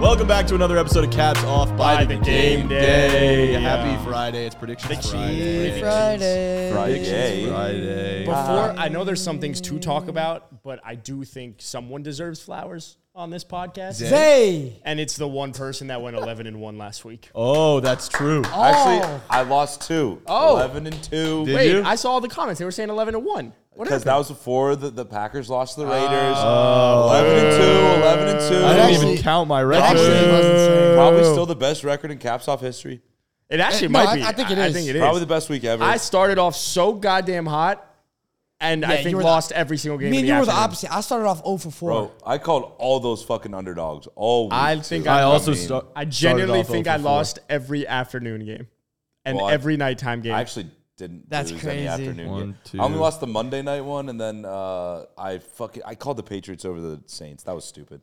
Welcome back to another episode of Caps Off by, the, Game, Day. Happy Yeah. Friday. It's Prediction Prediction Friday. Friday. Friday. Predictions Friday. Before, Um, I know there's some things to talk about, but I do think someone deserves flowers on this podcast. Zay. And it's the one person that went 11 and 1 last week. Oh, that's true. Oh. Actually, I lost two. Oh. 11 and 2. Did Wait, you? I saw all the comments. They were saying 11 and 1. What Because happened? that was before the, the Packers lost to the Raiders. 11 and 2, 11 and Oh. 2. I didn't even actually- count my It record. actually wasn't Zay. Probably still the best record in caps off history. it actually Eh, No, might I- be. I think it I is. think it is. Probably the best week ever. I started off so goddamn hot, and I you think were the- lost every single game. Me of and the you were the afternoon. opposite. I started off 0 for 4. Bro, I called all those fucking underdogs. All week. I think I I, also mean, sta- I started genuinely off oh think 0 I for lost every afternoon game and Well, I- every nighttime game. I actually didn't That's lose crazy. any afternoon. One, yet. two. I only lost the Monday night one, and then uh, I fucking I called the Patriots over the Saints. That was stupid.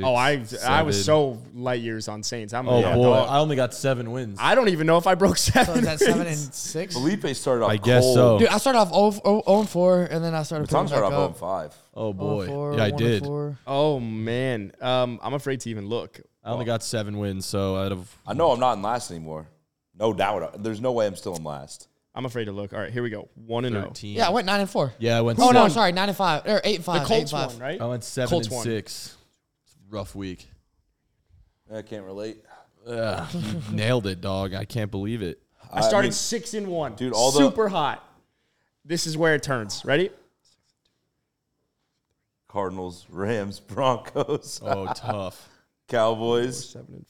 four. oh, I Six, I was seven. so light years on Saints. I'm Oh a boy, dog. I only got seven wins. I don't even know if I broke seven. So is that 7 and wins. 6? Felipe started off. I guess cold. so. Dude, I started off 0, 0, 0 and 4, and then I started Tom putting started back off 0 and up. 5. oh 0 boy, and 4, yeah, I 1 and did. 4. Oh man, um, I'm afraid to even look. I only got seven wins, so out of Oh. I know I'm not in last anymore. No doubt. There's no way I'm still in last. I'm afraid to look. All right, here we go. One and oh. zero. thirteen. Yeah, I went 9 and 4. yeah, I went. Oh, no, seven- sorry. 9 and 5. Or 8 and 5. Uh, The Colts 8 and 5. won, right? I went seven Colts and won. six. It's a rough week. I can't relate. Ugh, you nailed it, dog. I can't believe it. I started mean, six and one. dude, all the- super hot. This is where it turns. Ready? Cardinals, Rams, Broncos, Oh, tough. Cowboys. Seven and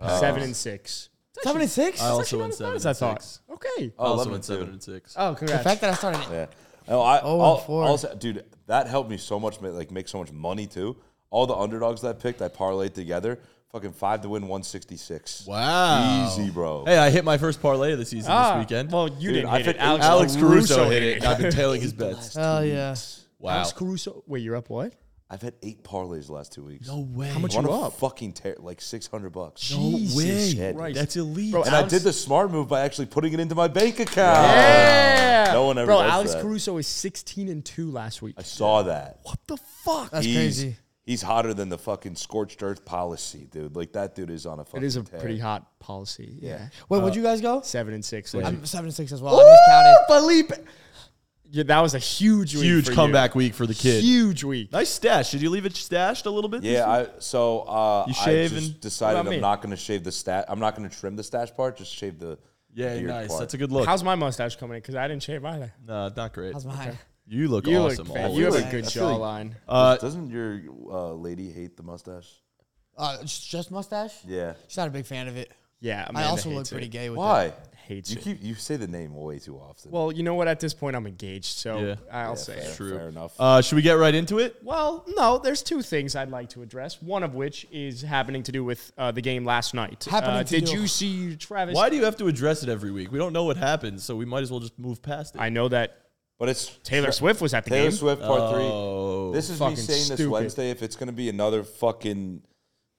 Uh, seven and six. 7 and 6? I also went seven. As and I thought. six. Okay. I Oh, also 11 went and seven 2. and six. Oh, The congrats. fact that I started it. Yeah. No, I, Oh, and all- four. also- dude, that helped me so much, ma- like make so much money too. All the underdogs that I picked, I parlayed together. Fucking five to win 166. Wow. Easy, bro. Hey, I hit my first parlay of the season Ah, this weekend. Well, you Dude, didn't I hit think it. Alex, Alex Caruso, hit it. hit and I've been tailing his bets. Hell yeah. Wow. Alex Caruso. Wait, you're up what? I've had eight parlays the last two weeks. No way. How much One you of up? fucking tear, like 600 bucks. No way. Christ. That's elite. Bro, And Alex- I did the smart move by actually putting it into my bank account. Yeah. No one ever Bro, does Alex that. Caruso is 16 and two last week. I saw that. what the fuck? That's he's, crazy. He's hotter than the fucking scorched earth policy, dude. Like that dude is on a fucking. It is a tear. pretty hot policy. Yeah. Wait, would you guys go? Seven and six. Like, I'm 7 and 6 as well. I miscounted. Felipe. Yeah, that was a huge, week Huge for you. comeback week for the kid. Huge week. Nice stash. Did you leave it stashed a little bit? this Yeah, week? I, so uh, You I shave just and- decided about I'm me? not going to shave the stat. I'm not going to trim the stash part. Just shave the. yeah, beard nice. Part. That's a good look. How's my mustache coming in? Because I didn't shave either. nah, not great. How's mine? You look You awesome. look fat. all You have over. a good jawline. uh, Doesn't your uh, lady hate the mustache? Uh, just, just mustache? Yeah. She's not a big fan of it. yeah, I Amanda also look hates pretty it. gay with it. Why? Hates you it. keep you say the name way too often. Well, you know what? At this point, I'm engaged, so Yeah. I'll Yeah, say fair, it. Fair enough. uh, should we get right into it? Well, no, there's two things I'd like to address. One of which is happening to do with uh, the game last night. Happening Uh, to did do- you see Travis? Why do you have to address it every week? We don't know what happened, so we might as well just move past it. I know that but it's Taylor Swift was at the Taylor game. Swift part Oh, three. This is me fucking saying this stupid. Wednesday. If it's going to be another fucking,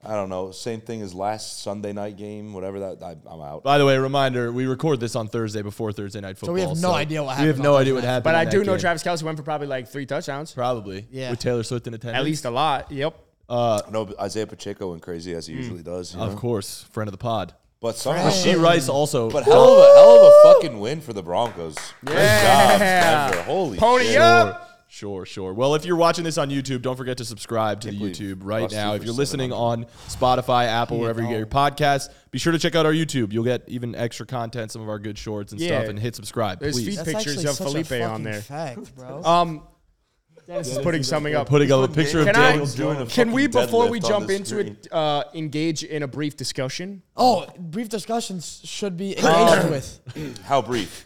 I don't know, same thing as last Sunday night game, whatever that, I, I'm out. By the way, reminder: we record this on Thursday before Thursday night football. we have no idea what We happened have no on idea what Thursday night. happened. But I in do that know game. Travis Kelsey went for probably like three touchdowns, Probably, Yeah. with Taylor Swift in attendance. at least a lot. Yep. No, Isaiah Pacheco went crazy as he Hmm. usually does. You of know? course, friend of the pod. But somehow, Right. Rasheed Rice also. but hell of a hell of a fucking win for the Broncos. Yeah. Good job, Denver. Holy Pony shit. up. Sure, sure. Well, if you're watching this on YouTube, don't forget to subscribe to the believe YouTube right Rusty now. If for you're listening on Spotify, Apple, wherever you get your podcasts, be sure to check out our YouTube. You'll get even extra content, some of our good shorts and Yeah. stuff, and hit subscribe, There's please. feed- That's pictures actually of such a Felipe on fucking there. Fact, bro. Um, Dennis is putting something up. Putting up a picture of Can I- Daniel. Daniel's doing a Can we, fucking before deadlift we on jump the into screen. it, uh, engage in a brief discussion? oh, brief discussions should be Uh, engaged with. How brief?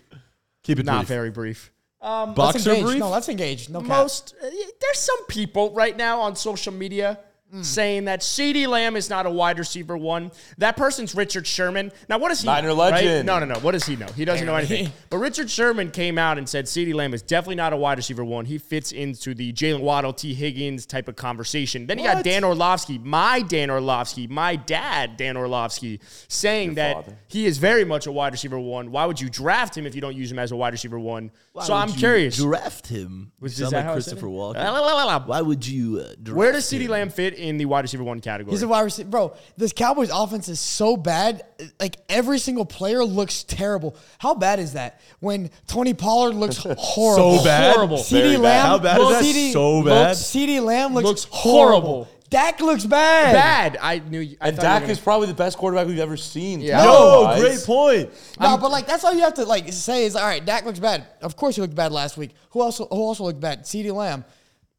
Keep it Not brief. very brief. Let's Boxer engage. brief. No, let's engage. No cap. Most uh, there's some people right now on social media saying that C.D. Lamb is not a wide receiver one. That person's Richard Sherman. Now what does he Niner know, legend. No, no, no. What does he know? He doesn't know Apparently. anything. But Richard Sherman came out and said C.D. Lamb is definitely not a wide receiver one. He fits into the Jalen Waddle, T. Higgins type of conversation. Then you got What? Dan Orlovsky, my Dan Orlovsky, my dad Dan Orlovsky, saying that father. he is very much a wide receiver one. Why would you draft him if you don't use him as a wide receiver one? so would I'm you curious. Draft him. Was- is Sound that like how I said Christopher it? Walken. La, la, la, la, la. Why would you? Uh, draft Where does CeeDee him? Lamb fit in the wide receiver one category. He's a wide receiver. Bro, this Cowboys offense is so bad. Like every single player looks terrible. How bad is that? When Tony Pollard looks horrible. So bad. Horrible. CD Very bad. Lamb How bad is looks- that? CD So bad. Looks, CD Lamb looks, Looks horrible. horrible. Dak looks bad. bad. I knew. You, I And thought you were Dak gonna- is probably the best quarterback we've ever seen. Yeah. Yo, talent-wise. great point. No, but like that's all you have to like say is all right. Dak looks bad. Of course he looked bad last week. Who else? Who also looked bad? Ceedee Lamb,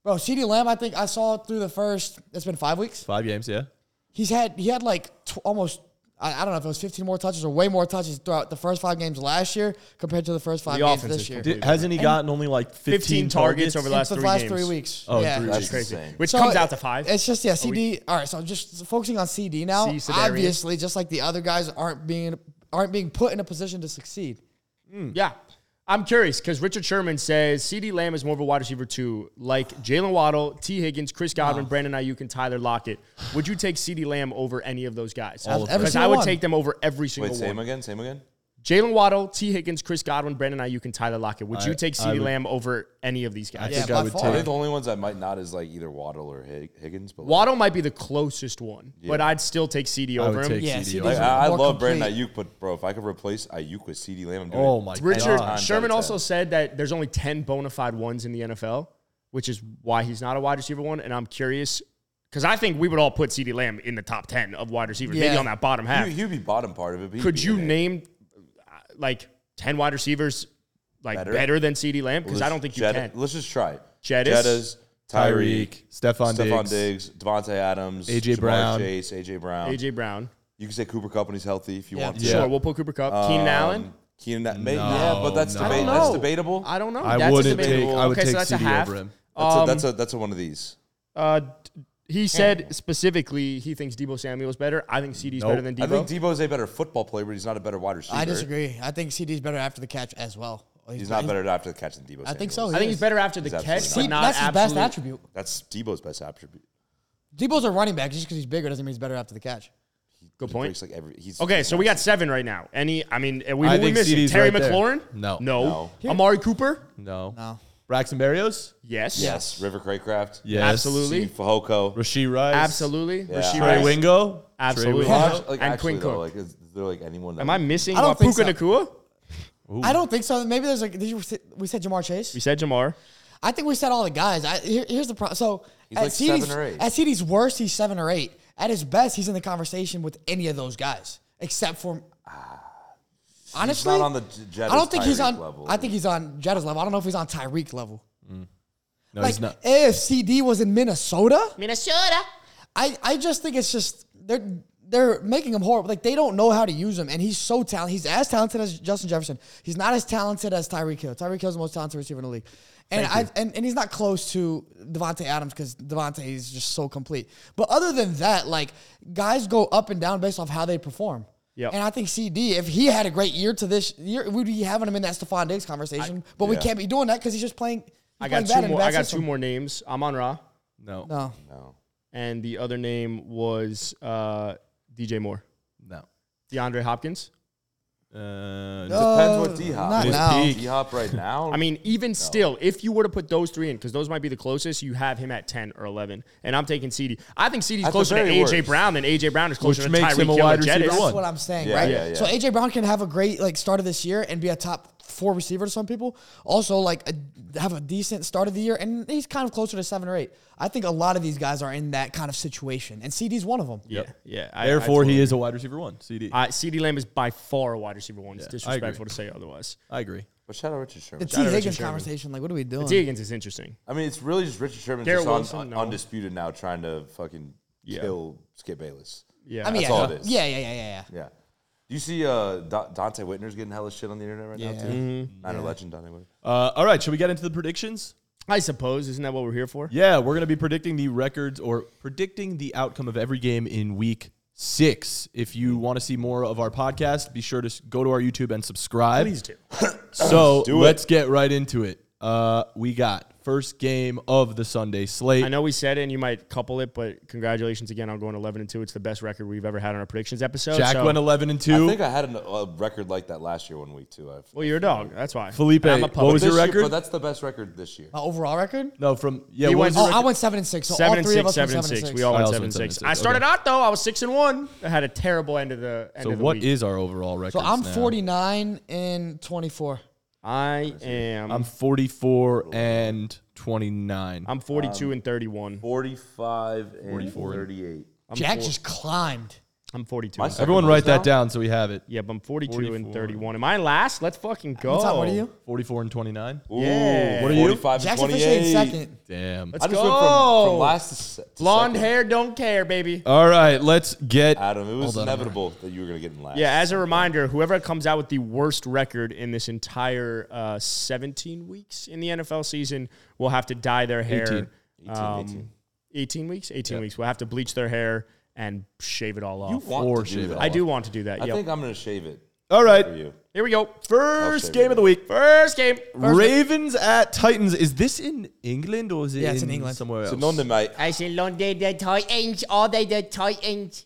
bro. Ceedee Lamb. I think I saw through the first. It's been five weeks. Five games, yeah. He's had he had like tw- almost. I, I don't know if it was 15 more touches or way more touches throughout the first five games last year compared to the first five The games offense is this year. Did, hasn't he gotten only like 15, 15 targets? targets over the last Since the three last games. three weeks. Oh, yeah. three That's weeks. crazy, insane. which So, comes out to five. It's just yeah, CD. all right, so just focusing on CD now. C, Cedarius. obviously, just like the other guys aren't being aren't being put in a position to succeed. Yeah. I'm curious because Richard Sherman says CD Lamb is more of a wide receiver too, like Jalen Waddle, T. Higgins, Chris Godwin, Brandon Ayuk, and Tyler Lockett. Would you take CD Lamb over any of those guys? All of them. Every Because I single would one. take them over every single Wait, one. same again? Same again? Jalen Waddle, T. Higgins, Chris Godwin, Brandon Ayuk, and Tyler Lockett. Would you I- take I CD would- Lamb over any of these guys? I think Yeah, I by would far. I think take. the only ones I might not is like either Waddle or Hig- Higgins, but like, Waddle might be the closest one, but I'd still take CD I over would him. take Yeah, CD. CD's over Like, him. are I, I more love Brandon complete. Ayuk, but bro, if I could replace Ayuk with CD Lamb, I'm doing Oh it. my Richard god. Sherman Times also out of said that there's only 10 bona fide ones in the NFL, which is why he's not a wide receiver one. And I'm curious because I think we would all put CeeDee Lamb in the top 10 of wide receivers, maybe Yeah. on that bottom half. He, he would be bottom part of it. But he'd Could be you in it. name uh, like 10 wide receivers like better, Better? than CeeDee Lamb? Because I Let's- don't think you Jetta- can. Let's just try. it. Jettas? Jettas, Tyreek, Tyreek, Stephon Stephon Diggs. Diggs, Devontae Adams, A.J. Ja'Marr Brown. Chase, AJ Brown. AJ Brown. You can say Cooper Cup when he's healthy if you Yeah. want to. Um, Yeah. Sure, we'll put Cooper Cup. Keenan Allen. Keenan, that may, yeah, but that's, no. deba- I don't that's know. debatable. I don't know. I That's a wouldn't debatable- take- I would okay, take so that's a CeeDee half. over him. That's, a, that's a that's a one of these. Uh, d- he said specifically he thinks Debo Samuel is better. I think CeeDee's better than Debo. I think Debo's a better football player, but he's not a better wide receiver. I disagree. I think CD's better after the catch as well. He's not better after the catch than Debo. I think so. Samuel is. I think he's better after the He's catch, but absolutely See, not that's his best absolute- attribute. That's Debo's best attribute. Debo's a running back. Just because he's bigger doesn't mean he's better after the catch. Good He point. breaks, like, every- he's- Okay, he's so we got seven right now. Any, I mean, and we, I who we think missing? CD's Terry right there. McLaurin? No. No. No. Amari Cooper? No. No. Braxton Berrios? Yes. Yes, River Craycraft. Yes. Absolutely. Steve Fajoko. Rasheed Rice. Absolutely. Yeah. Rasheed Trey Rice. Wingo. Trey Absolutely. Wingo. Watch, like, And actually, Quinn though, Cook. Like, is there like anyone? that Am I missing I don't Puka think so. Nakua? I don't think so. Maybe there's like did you, say- we said Jamar Chase. We said Jamar. I think we said all the guys. I, here, here's the problem. So at like CD's seven or eight. at CD's worst, he's seven or eight. At his best, he's in the conversation with any of those guys except for. Ah. He's honestly, not on the J- Jettas I don't think he's Tyreek on. level. I think he's on Jetta's level. I don't know if he's on Tyreek level. No, like he's not. if CD was in Minnesota, Minnesota. I, I just think it's just they're they're making him horrible. Like they don't know how to use him, and he's so talented. He's as talented as Justin Jefferson. He's not as talented as Tyreek Hill. Tyreek Hill's the most talented receiver in the league, and I and, and he's not close to Devonte Adams because Devonte is just so complete. But other than that, like guys go up and down based off how they perform. Yep. And I think CD, if he had a great year to this year, we'd be having him in that Stephon Diggs conversation. but we yeah. can't be doing that because he's just playing. he's I playing got bad two in a more. bad I got system. two more names. Amon Ra. No. No. No, No. And the other name was uh, DJ Moore. DeAndre Hopkins. Uh, Depends what D not Hop. His now. peak. D Hop right now. I mean, even still, if you were to put those three in, because those might be the closest, you have him at 10 or 11. And I'm taking CD. I think CD's At the closer to very A.J. worst. Brown than A.J. Brown is closer Which to makes Tyreek him a Hill wide and Jettis. receiver That's one. what I'm saying, Yeah, right? yeah, yeah. So AJ Brown can have a great like start of this year and be a top four receiver to some people. Also, like a, have a decent start of the year, and he's kind of closer to seven or eight. I think a lot of these guys are in that kind of situation, and CD's one of them. Yeah, yeah. I- I Therefore, totally he is a wide receiver one. CD. I, Uh, CD Lamb is by far a wide receiver one. I It's agree. disrespectful to say otherwise. agree. but shout out Richard Sherman. The T Higgins Sherman. conversation, like, what are we doing? T. Higgins is interesting. Hmm. I mean, it's really just Richard Sherman Garrett just on, Wilson, on- no. undisputed now, trying to fucking kill Skip Bayless. Yeah. I mean, That's yeah, all it is. yeah, yeah, yeah, yeah, yeah. Yeah. Do you see uh, Da- Dante Whitner's getting hella shit on the internet right now Yeah. too? Niner legend Dante Whitner. Uh, all right. Should we get into the predictions? I suppose. Isn't that what we're here for? Yeah, we're going to be predicting the records or predicting the outcome of every game in week six. If you want to see more of our podcast, be sure to s- go to our YouTube and subscribe. Please do. So Do it. let's get right into it. Uh, we got first game of the Sunday slate. I know we said it, and you might couple it, but congratulations again on going 11 and two. It's the best record we've ever had on our predictions episode. Jack so- went 11 and I 2. think I had an- a record like that last year one week too. I Well, you're a dog. That's why. Felipe, And I'm a what puppy. was your This year- record? but that's the best record this year. My overall record? no, from yeah, He what went- was your Oh, record? I went seven and six. So seven all and three of six, us seven went and seven six. and We all I went also seven went and seven six. and six. I started out though. I was six and one. I had a terrible end of the end So of the what week. is our overall record? So I'm now? 49 and 24. I am. I'm I'm, 44 and 29. 42 and 31. 45 and 38. Jack just climbed. I'm 42. My and- second Everyone was write that down so we have it. yeah, but I'm 42 and 44. 31. Am I last? Let's fucking go. What time? What are you? 44 and 29. Yeah. Ooh, What are you? 45 and Jack's officially in 28. second. Damn. I Let's just go. went from, from last to, se- to Blonde second. hair, don't care, baby. All right, let's get Adam, it was Hold on, inevitable that you were going to get in last. Yeah, as a reminder, whoever comes out with the worst record in this entire uh, 17 weeks in the NFL season will have to dye their hair. 18. 18, 18. 18 weeks? 18 weeks. We'll have to bleach their hair and shave it all off. You want Or to shave do it that. I do want to do that. Oh, I Yep. think I'm going to shave it All right. for you. Here we go. I'll First shave game it. of the week. First game. Ravens at Titans. Is this in England or is it Yeah, in, it's in England. somewhere else? So none tonight. I say London the Titans, are they the Titans?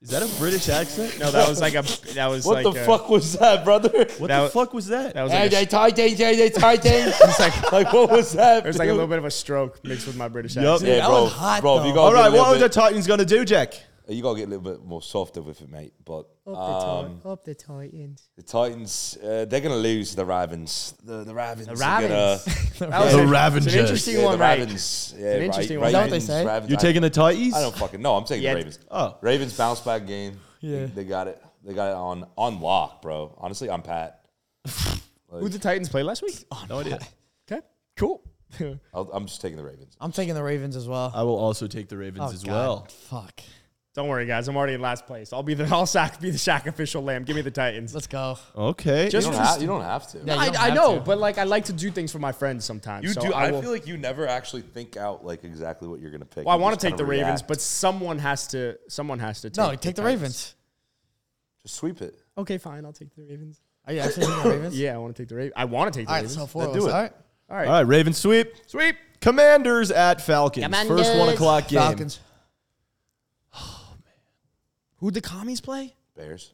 Is that a British accent? No, that was like a. That was What like the a, fuck was that, brother? What That the w- fuck was that? That was Hey, like, they a, Titans, hey, they Titans. it's like, like, what was that? there's like a little bit of a stroke mixed with my British Yup. accent. Yeah, That bro. was hot, bro, if though. you gotta All right, get a what little are the bit, Titans going to do, Jack? you gotta get a little bit more softer with it, mate. But um, Up the Titans. the Titans, uh, they're gonna lose the Ravens. The, the Ravens. The Ravens. That was The an- Ravengers. It's an interesting yeah, the one, right? Ravens. Yeah, an interesting right, one. Is that what they Ravens, say? Ravens, You're I- taking the Titans? I don't fucking know. I'm taking Yeah. the Ravens. Oh. Ravens bounce back game. Yeah. They, they got it. They got it on on lock, bro. Honestly, I'm Pat. Who did the Titans play last week? No idea. Okay, cool. I'll, I'm just taking the Ravens. I'm taking the Ravens as well. Uh, I will also take the Ravens Oh, as God. well. Fuck. Don't worry, guys. I'm already in last place. I'll be the I'll sack be the Shaq official lamb. Give me the Titans. Let's go. Okay. You Just don't, for the have, you don't have to. Yeah, you I, don't I have know, to. but like I like to do things for my friends sometimes. You so do. I, I, will, feel like you never actually think out like exactly what you're gonna pick. well, I You want just to take kinda the Ravens, react. but someone has to. Someone has to. Take No, take the Titans. Ravens. just sweep it. Okay, fine. I'll take the Ravens. Are you actually taking the Ravens? Yeah, I want to take the Ravens. I want to take the All right, Ravens. so four of us. do it. All right. All right, All right, Ravens sweep. sweep. Commanders at Falcons. First one Commanders. o'clock game. Falcons. Oh, Who the commies play? Bears,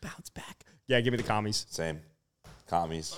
Bounce back. Yeah, give me the commies. same. Commies.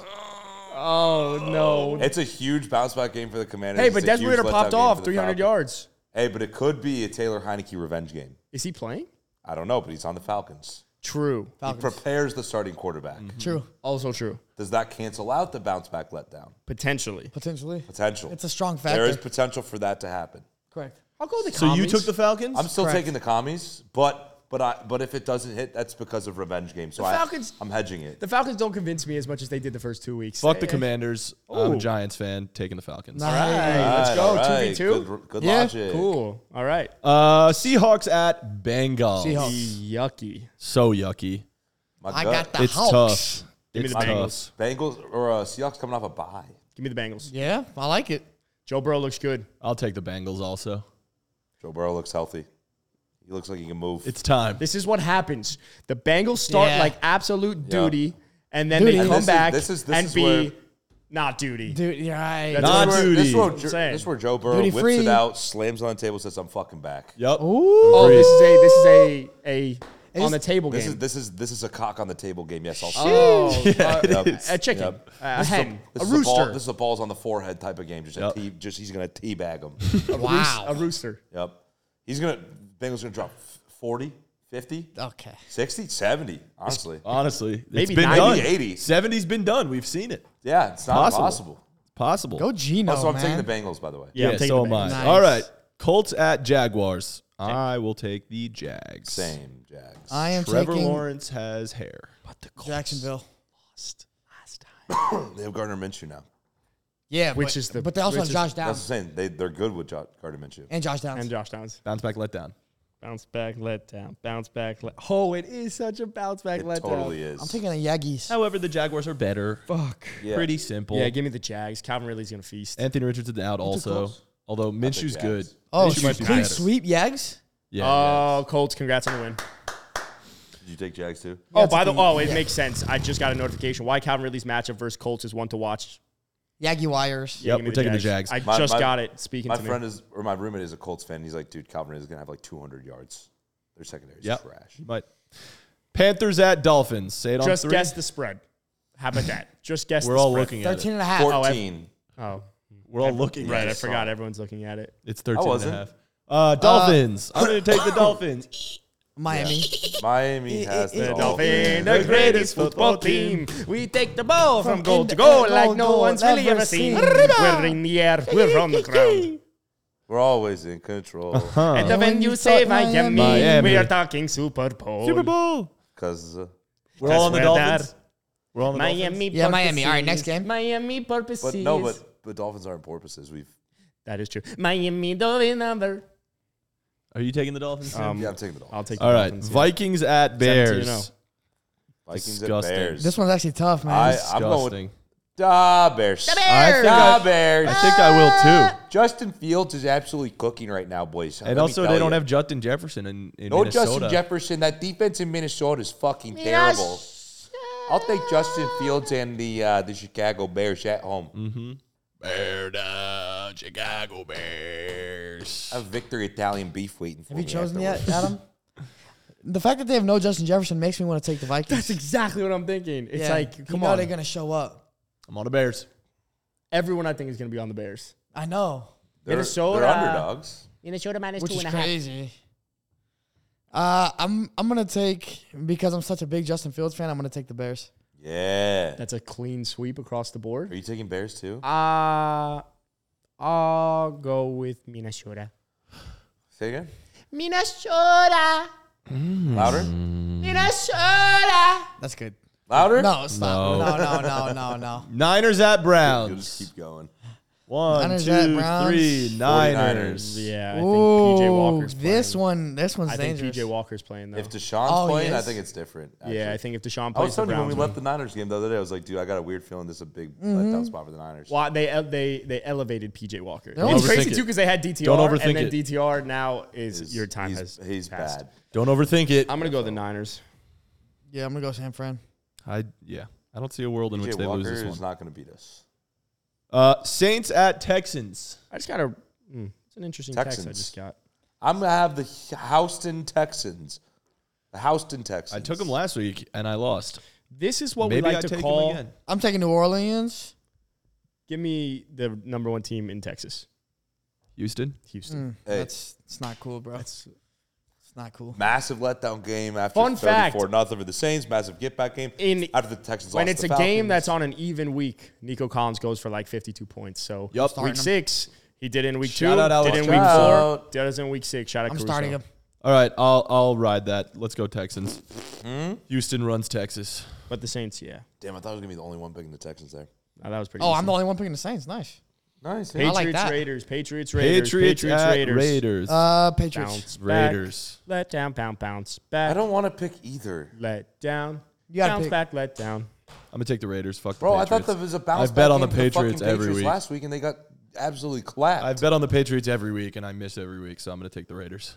Oh no. It's a huge bounce back game for the Commanders. hey, It's but a Desmond huge Ritter letdown popped game off for the 300 Falcons. yards. Hey, but it could be a Taylor Heineke revenge game. Is he playing? I don't know, but he's on the Falcons. True. Falcons. He prepares the starting quarterback. Hmm. True. Also true. Does that cancel out the bounce back letdown? Potentially. Potentially. Potential. It's a strong There is factor. potential for that to happen. Correct. I'll go with the So commies. you took the Falcons? I'm still Correct. taking the commies, but but I but if it doesn't hit, that's because of revenge game. So The I, Falcons- I'm hedging it. The Falcons don't convince me as much as they did the first two weeks. Fuck the They- Commanders. I'm a Ooh. Giants fan, taking the Falcons. Nah. All right, let's All go. right, all right. 2v2. Good, good Yeah, logic. Cool. All right. Uh, Seahawks at Bengals. Seahawks. Yucky. So yucky. My I gut. got the it's Hawks. tough. Give me it's the Bengals. tough. Bengals or uh, Seahawks coming off a bye. Give me the Bengals. Yeah, I like it. Joe Burrow looks good. I'll take the Bengals also. Joe Burrow looks healthy. He looks like he can move. It's time. This is what happens. The Bengals start Yeah. like absolute Yeah. duty, and then Duty. they And come this is- back this is- this and is be where- not duty. Dude, you're right. That's- Not this is where, This duty. is where, I'm saying. this is where Joe Burrow Duty whips free. it out, slams it on the table, says, "I'm fucking back." Yep. Oh, this is a this is a a on is- the table This game. is this is this is a cock on the table game. Yes, I'll oh, uh, Yep. a chicken, Yep. a This is hen, this a is ball- rooster, this is a balls on the forehead type of game. Just a Yep. tee, just he's gonna teabag him. a wow. rooster. yep. He's gonna Bengals gonna drop 40, 50, Okay. 60, 70, honestly. Honestly, it's Maybe been 90, done. 80. 70's been done. We've seen it. Yeah, it's not Possible. possible. It's possible. Go Geno, also, I'm Oh, man. taking the Bengals, by the way. yeah, I'm taking so the am I. Bengals. Nice. All right. Colts at Jaguars. I will take the Jags. Same, Jags. I am Trevor taking Lawrence has hair. What the Jacksonville. they have Gardner Minshew now. Yeah, Which but, is the- but they also which have is- Josh That's Downs the same. They they're good with jo- Gardner Minshew. and Josh Downs. And Josh Downs. Bounce back, let down. Bounce back, let down. Bounce back, let. Oh, it is such a bounce back, It let totally down. is. uh, I'm taking the Yaggies. However, the Jaguars are better. Fuck. Yeah. Pretty simple. Yeah, give me the Jags. Calvin Ridley's gonna feast. Anthony Richardson out also. Although Minshew's Jags. good. Oh, Minshew might be clean better. sweep Yags. Yeah. oh, Colts! Congrats on the win. Did you take Jags too? oh, by the a oh, it makes sense. I just got a notification. Why Calvin Ridley's matchup versus Colts is one to watch. Yagi wires. Yep, we're taking the Jags. I My- just my- got it. Speaking My to friend me. is, or my roommate is a Colts fan. He's like, dude, Calvin is gonna have like 200 yards. Their secondary is Yep. trash. But Panthers at Dolphins. Say it on just three. guess the spread. How about that? Just guess. We're the all spread. looking at 13 it. and a half. Oh, 14. Oh, We're all looking right. at I it. forgot everyone's looking at it. It's 13 wasn't. and a half. Uh, Dolphins. I'm going to take the Dolphins. Miami. Miami has the The Dolphins. Dolphin, the greatest football team. We take the ball from goal end to goal to like goal, no goal, one's really ever ever seen. seen. We're in the air. We're on the ground. We're always in control Uh-huh. And the When when you you say talk Miami, Miami. we are talking Super Bowl. Super Bowl. because We're all on the That's where Dolphins. We're all on the Dolphins. Miami. Yeah, porpoises. Miami. All right, next game. Miami purposes. But no, but but Dolphins aren't porpoises. We've that is true. Miami Dolphin number. Are you taking the Dolphins? Tim? yeah, I'm taking the Uh, Dolphins. I'll take. all the right. Dolphins, yeah. Vikings at 17 and oh. Bears. Vikings disgusting. and Bears. This one's actually tough, man. I, I'm going with Disgusting. Da Bears. Da I think Da I, Bears. I think I will too. Justin Fields is absolutely cooking right now, boys. Let And me also, tell they don't you. have Justin Jefferson in, in no Minnesota. Justin Jefferson. That defense in Minnesota is fucking terrible. I'll take Justin Fields and the uh, the Chicago Bears at home. Mm. Bear down, Chicago Bears. I have victory Italian beef waiting for have you me chosen afterwards. yet, Adam? the fact that they have no Justin Jefferson makes me want to take the Vikings. That's exactly what I'm thinking. It's Yeah, like, you come know on. they're gonna show up. I'm on the Bears. Everyone I think is going to be on the Bears. I know, They're, Minnesota. they're underdogs. Minnesota minus which two is and a half. crazy. Uh, I'm I'm gonna take because I'm such a big Justin Fields fan. I'm gonna take the Bears. Yeah. That's a clean sweep across the Are board. you taking Bears too? Uh, uh, I'll go with Minnesota. Say again. Minnesota. Hmm. Louder. Minnesota. That's good. Louder. No, stop. No, no, no, no, no. Niners at You'll just Browns. keep going. One, Niners two, at Browns. three, Niners. 49ers. Yeah, I think PJ Ooh, Walker's this playing. one, this one's I think dangerous. PJ Walker's playing though. If Deshaun's Oh, he playing, I is? think it's different. yeah, I actually. think if Deshaun I was plays the telling you Browns, Mm-hmm. when we win. left the Niners game the other day, I was like, dude, I got a weird feeling this is a big letdown spot for the Niners. Why they ele- they they elevated PJ Walker. Don't it's overthink crazy it. too because they had DTR Don't overthink and then it. DTR now is He's- your time he's, has he's passed. bad. Don't overthink it. I'm gonna go with the Niners. Yeah, I'm gonna go San Fran. I yeah. I don't see a world in which Jay they Walker lose this is one. not going to beat us. Uh, Saints at Texans. I just got a. Mm, it's an interesting text I Texans. just got. I'm going to have the Houston Texans. The Houston Texans. I took them last week and I lost. This is what Maybe we like I to Oh, take call. them again. I'm taking New Orleans. Give me the number one team in Texas, Houston. Houston. Hey. That's it's not cool, bro. It's not cool. Massive letdown game after Fun fact. 34 nothing for the Saints. Massive get back game In- after the Texans when lost it's to a the game Falcons. that's on an even week, Nico Collins goes for like 52 points. So Yup. week Starting him. six, he did it in week Shout two, out Alex did it in week Caruso. four, did it in week six. Shout out I'm Caruso. starting him. All right, I'll I'll ride that. Let's go Texans. Hmm? Houston runs Texas. But the Saints, yeah, Damn, I thought I was going to be the only one picking the Texans there. Now, that was pretty. Oh, easy. I'm the only one picking the Saints. Nice. Nice. yeah. Patriots like that. Raiders, Patriots Raiders, Patriots, at Raiders. Raiders. Uh, Patriots. Bounce back, Raiders. Let down, pound, bounce back. I don't want to pick either. let down. You gotta bounce pick. back, let down. I'm gonna take the Raiders. Fuck the Bro, I Patriots. thought there was a bounce I've bet back on the game for fucking Patriots every week. last week, and they got absolutely clapped. I've bet on the Patriots every week, and I miss every week, so I'm gonna take the Raiders.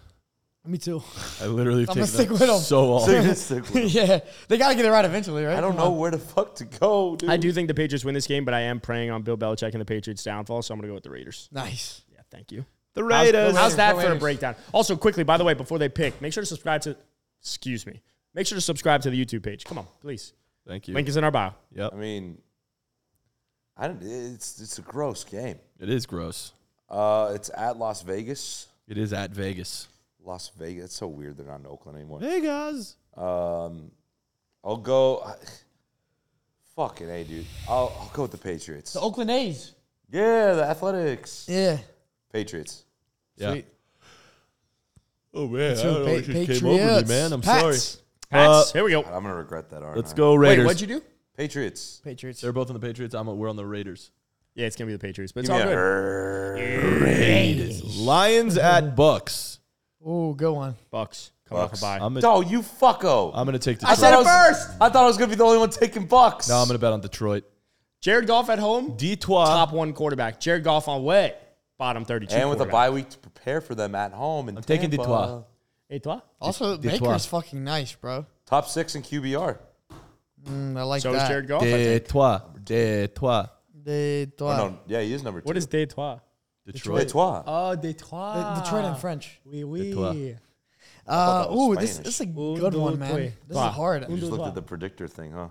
Me too. I literally take I'm gonna them stick with 'em. so long. yeah, they gotta get it right eventually, right? I don't Come on. know where the fuck to go, dude. I do think the Patriots win this game, but I am praying on Bill Belichick and the Patriots' downfall, so I'm going to go with the Raiders. Nice. Yeah, thank you. The How's- Raiders. How's, that Go for a Raiders. breakdown? Also, quickly, by the way, before they pick, make sure to subscribe to. Excuse me. Make sure to subscribe to the YouTube page. Come on, please. Thank you. Link is in our bio. Yep, I mean, I don't. It's it's a gross game. it is gross. Uh, it's at Las Vegas. It is at Vegas. Las Vegas. It's so weird. They're not in Oakland anymore. Vegas. Um, I'll go. Fucking a, dude. I'll I'll go with the Patriots. The Oakland A's. Yeah, the Athletics. Yeah. Patriots. Yeah. Sweet. Oh man, I So, don't know what just Pa- came over me, Patriots. man. I'm Pats. sorry. Pats, here we go. I'm gonna regret that. Aren't Let's I? go Raiders. Wait, what'd you do? Patriots. Patriots. They're both on the Patriots. I'm we're on the Raiders. Yeah, it's going to be the Patriots, but it's Give me all a good. Lions at Bucks. Oh, good one. Bucks coming Bucks. off a bye. I'm gonna, No, you fucko. I'm gonna take the. I Detroit. said it first. I thought I was gonna be the only one taking bucks. No, I'm gonna bet on Detroit. Jared Goff at home. Detroit. top one quarterback. Jared Goff on wet, bottom 32. and with a quarterback. bye week to prepare for them at home. And I'm taking Detroit. Tampa. Hey, toi? Also, Detroit. Baker's fucking nice, bro. Top six in QBR. Mm, I like So is that. Jared Goff. I think. Detroit. Detroit. They Or thought Oh, no, yeah, he is number two. What is day trois? Detroit. Detroit? Oh, day uh, trois. Detroit in French. Oui, trois. oui. Uh, that was ooh, this, Spanish. this is a Un, good one, deux, man. trois. This is hard. You just Windows looked lock. at the predictor thing, huh?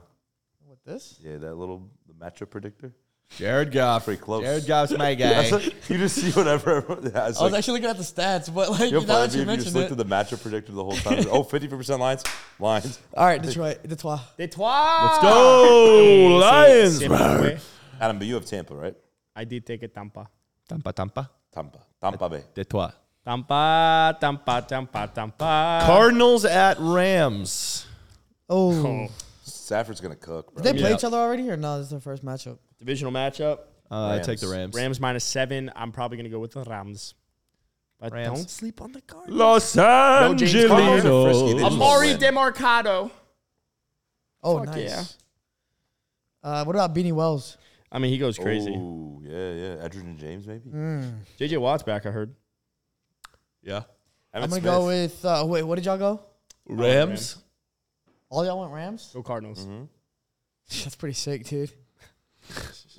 What this? Yeah, that little the matchup predictor. Jared Goff. Pretty close. Jared Goff's my That's guy. like- you just see whatever. Yeah, it's I was like, actually looking at the stats, but like you're now probably that you if you just mentioned looked it. at the matchup predictor the whole time. oh, 54% lines? Lines. All right, Detroit, Detroit. Day trois. Let's go, Lions. C'est pas vrai. Adam, but you have Tampa, right? I did take a Tampa. Tampa, Tampa. Tampa. Tampa Bay. Detroit. Tampa, Tampa, Tampa, Tampa. Cardinals at Rams. Oh, Safford's going to cook, bro. did they play Yeah. each other already, or no? This is their first matchup. Divisional matchup. Uh, I take the Rams. Rams. Rams minus seven. I'm probably gonna go with the Rams. But Rams. don't sleep on the Los Cardinals. James Conner. Frisky, they- Amari Win. Demarcado. Oh, Fuck nice. yeah. Uh, what about Beanie Wells? I mean, he goes crazy. Ooh, yeah, yeah. Edgerton James, Mm. maybe? JJ Watt's back. I heard. Yeah. Emmitt I'm gonna Smith. go with. Uh, wait, what did y'all go? Oh, Rams. All y'all went Rams. Go Cardinals. Mm-hmm. That's pretty sick, dude.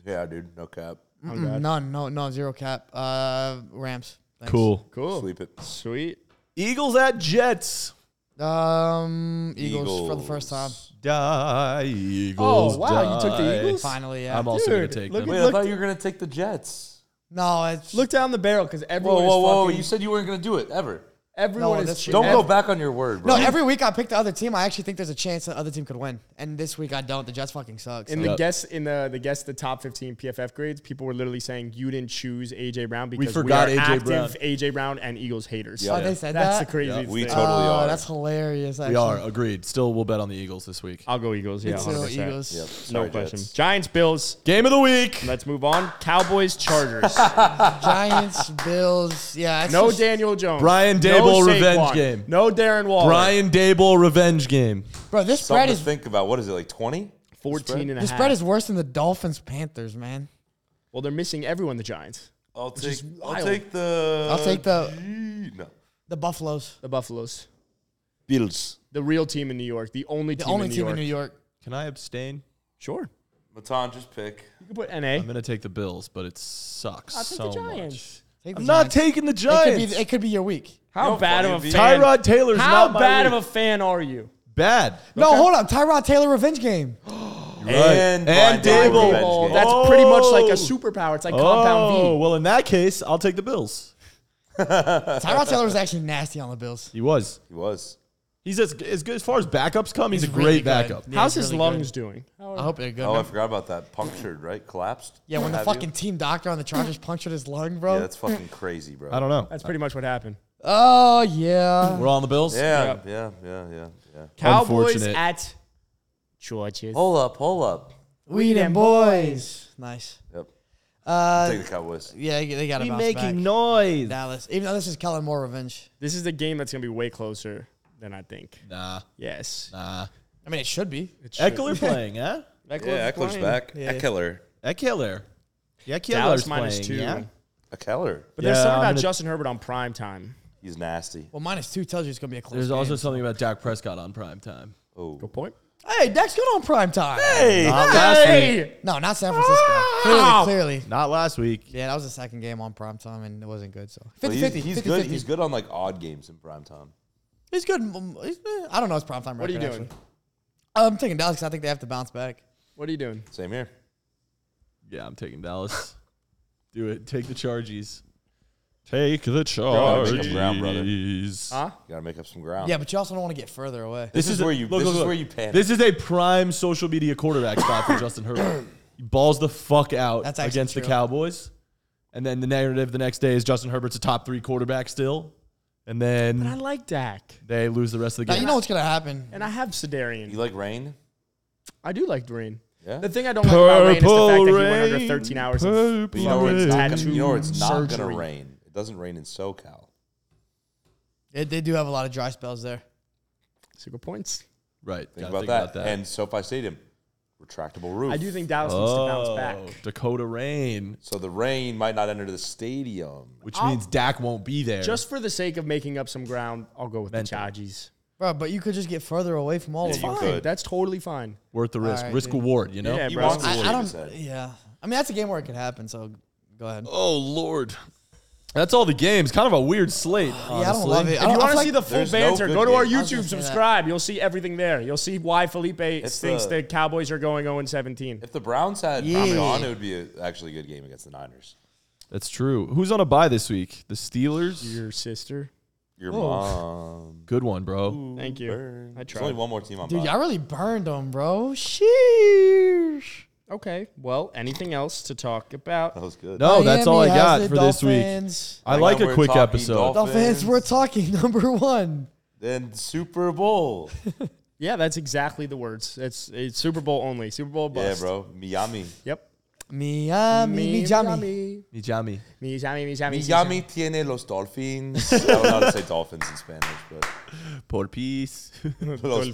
Yeah, dude. No cap. Oh, Mm, God. None, no, no, zero cap. Uh, Rams. Thanks. Cool. Cool. Sleep it. Sweet. Eagles at Jets. Um, Eagles, for the first time. Eagles. Die, Eagles. Oh, wow, you took the die. Eagles? Finally, yeah. I'm also going Dude, to take look them. at- Wait, I thought you were going to take the Jets. no, it's Look down the barrel because Whoa, everyone whoa, is whoa. fucking. You said you weren't going to do it ever. everyone No, is. that's- cheating. Don't go Ev- back on your word, bro. no. Every week I pick the other team. I actually think there's a chance the other team could win, and this week I don't. The Jets fucking sucks. In Yeah. the guess in the the guess the top 15 PFF grades, people were literally saying you didn't choose AJ Brown because forgot we are AJ active Brown. AJ Brown and Eagles haters. Yeah. oh, they said That's the that. crazy we thing. totally Oh, are. that's hilarious. We Actually. are. Agreed. Still, we'll bet on the Eagles this week. I'll go Eagles. Yeah, It's still 100%. Eagles. No Yep. Sorry, question. Jets. Giants, Bills. Game of the week. Let's move on. Cowboys, Chargers. Giants, Bills. Yeah. it's no just- Daniel Jones. Brian Dable No Saquon. revenge game. No Darren Waller. Brian Dable revenge game. Bro, this spread Something to is think about. What is it, like 20? 14 and a this half. spread is worse than the Dolphins Panthers, man. well, they're missing everyone, the Giants. I'll take, I'll wild. take the. I'll take the- G- No. The Buffaloes, The Buffaloes. Bills. The real team in New York. The only the team only in New team York. in New York. Can I abstain? Sure. Matan, just pick. You can put NA. I'm going to take the Bills, but it sucks I'll take so the Giants. much. Take the I'm not Giants. taking the It could, Giants. be, it could be your week. How You're bad funny, of a B. fan? Tyrod Taylor's How not my bad of week. a fan are you? bad. No, hold up. Tyrod Taylor revenge game. And, And Brian Dable. revenge Oh, Dable. game. That's pretty much like a Oh. superpower. It's like Oh, compound V. well, in that case, I'll take the Bills. Tyrod Taylor was actually nasty on the Bills. He was. He was. He's as, as good as far as backups come. He's, He's a great really good. backup. Yeah, How's he's his really lungs doing? good. I hope they're good. Oh, I forgot about that. Punctured, right? Collapsed? yeah, when What the have you? fucking team doctor on the Chargers punctured his lung, bro. Yeah, that's fucking crazy, bro. I don't know. That's pretty much what happened. oh yeah. We're all on the Bills. Yeah, yeah, yeah, yeah, yeah. Cowboys Unfortunate. at Georges. Oh. Hold up, hold up. We them boys. Nice. Yep. Uh, Take the Cowboys. yeah, they got to Be bounce making back. noise. Dallas. Even though this is Kellen Moore revenge. This is the game that's going to be way closer than I think. Nah, Yes. nah. I mean, it should be. Eckler playing, huh? Yeah, Eckler's back. Yeah. Eckler. Eckler. Yeah, Eckler's Dallas playing. minus two. Yeah. Eckler. But there's Yeah, something I'm about gonna- Justin Herbert on prime time. He's nasty. Well, minus two tells you it's gonna be a close. There's game. also something about Dak Prescott on prime time. Oh. Good point. Hey, Dak's good on prime time. Not last week. No, not San Francisco. Ah! Clearly, clearly. Not last week. Yeah, that was the second game on prime time, and it wasn't good. So 50 But he's, 50. he's 50, good. 50. He's good on like odd games in prime time. He's good. Mm, he's- eh, I don't know his prime time What are you record, doing? actually. I'm taking Dallas because I think they have to bounce back. What are you doing? Same here. Yeah, I'm taking Dallas. Do it. Take the Chargies. Take the Gotta make up ground, brother. Chargies. Huh? You gotta make up some ground. Yeah, but you also don't want to get further away. This, is, a- where you. look, this look, is look. where you panic. This is a prime social media quarterback spot for Justin Herbert. He balls the fuck out That's actually against the true. Cowboys, and then the narrative the next day is Justin Herbert's a top three quarterback still, and then But I like Dak. they lose the rest of the Now, game. you know what's going to happen. And I have Sedarian. you like rain? I do like Rain. Yeah. The thing I don't like about Rain is the fact that he went under rain, 13 hours of purple But you know where it's not gonna. tattoo You know where it's not surgery. gonna rain. It doesn't rain in SoCal. They, they do have a lot of dry spells there. single points. Right. Think, gotta about, that. And SoFi Stadium, retractable roof. I do think Dallas needs to bounce back. oh, Dakota Rain, so the rain might not enter the stadium. which means Dak won't be there. Just for the sake of making up some ground, I'll go with Mental. the Chargers. Bro, but you could just get further away from all Yeah, of you them. could. That's totally fine. worth the risk. Alright, risk dude. reward, you know? Yeah, He bro. wants to I, I leave, he don't. said. Yeah. I I mean, that's a game where it could happen. So go ahead. Oh Lord, that's all the games. Kind of a weird slate. yeah, I don't honestly. love it. I If don't, you I want to feel see the like- full There's no banter, good go to our game. I was gonna YouTube, say that. subscribe. You'll see everything there. You'll see why Felipe thinks the- the Cowboys are going 0 17. If the Browns had Yeah. Ramadan, it would be a, actually a good game against the Niners. That's true. Who's on a buy this week? The Steelers. Your sister. Your mom. Good one, bro. Thank you. I There's only tried. one more team on dude, bye. y'all really burned them, bro. Sheesh. Okay. Well, anything else to talk about? That was good. No, Oh, that's all I Miami got has for the this week. Dolphins. I Hang like on, a we're quick talking episode. Dolphins. Dolphins, we're talking number one. Then Super Bowl. Yeah, that's exactly the words. It's, it's Super Bowl only. Super Bowl yeah, bust. bro. Miami. Yep. Miami, Miami. Mijami. Miami, Miami, Miami tiene los Dolphins. I don't know how to say Dolphins in Spanish, but Por piece. los Dolphin-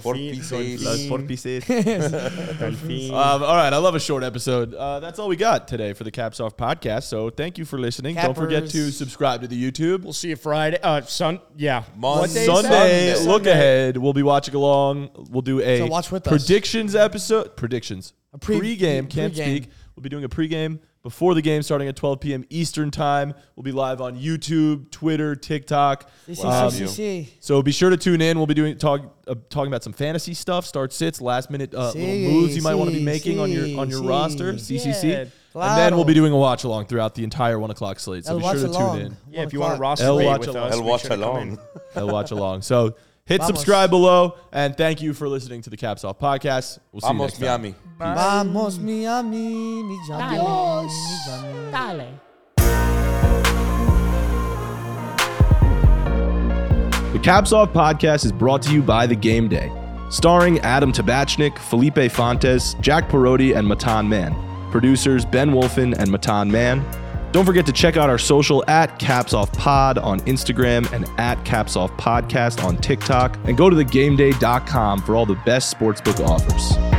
Porpices. Las por pieces. Dolphins. Um, all right, I love a short episode. Uh, that's all we got today for the Caps Off podcast. So thank you for listening. Don't forget to Cappers. subscribe to the YouTube. We'll see you Friday. Uh, Sun. Yeah. Mon- What day is that? Sunday, Sunday. look ahead. We'll be watching along. We'll do a So watch with us. predictions episode. Predictions. A pre- pre-game. Can't pre-game. speak. We'll be doing a pregame before the game starting at 12 p.m. Eastern time. We'll be live on YouTube, Twitter, TikTok. Wow. CCCCC. So be sure to tune in. We'll be doing talk, uh, talking about some fantasy stuff, start sits, last minute uh, See, little moves you might want to be see, making on your on your see. roster, CCC, Yeah, and then we'll claro. be doing a watch along throughout the entire one o'clock slate. So El be sure to Watchalong. tune in. Yeah, One if you want to o'clock. roster El rate with Watchalong. us, El make sure to come Watchalong. in. I'll watch along. So hit Vamos. subscribe below, and thank you for listening to the Caps Off podcast. We'll see you Vamos, next time. Miami. Vamos, Miami, Miami. Adios. Miami. Dale. The Caps Off podcast is brought to you by The Game Day, starring Adam Tabachnik, Felipe Fontes, Jack Parodi, and Matan Mann. Producers Ben Wolfen and Matan Mann. Don't forget to check out our social at Caps Off Pod on Instagram and at Caps Off Podcast on TikTok. And go to thegameday.com for all the best sportsbook offers.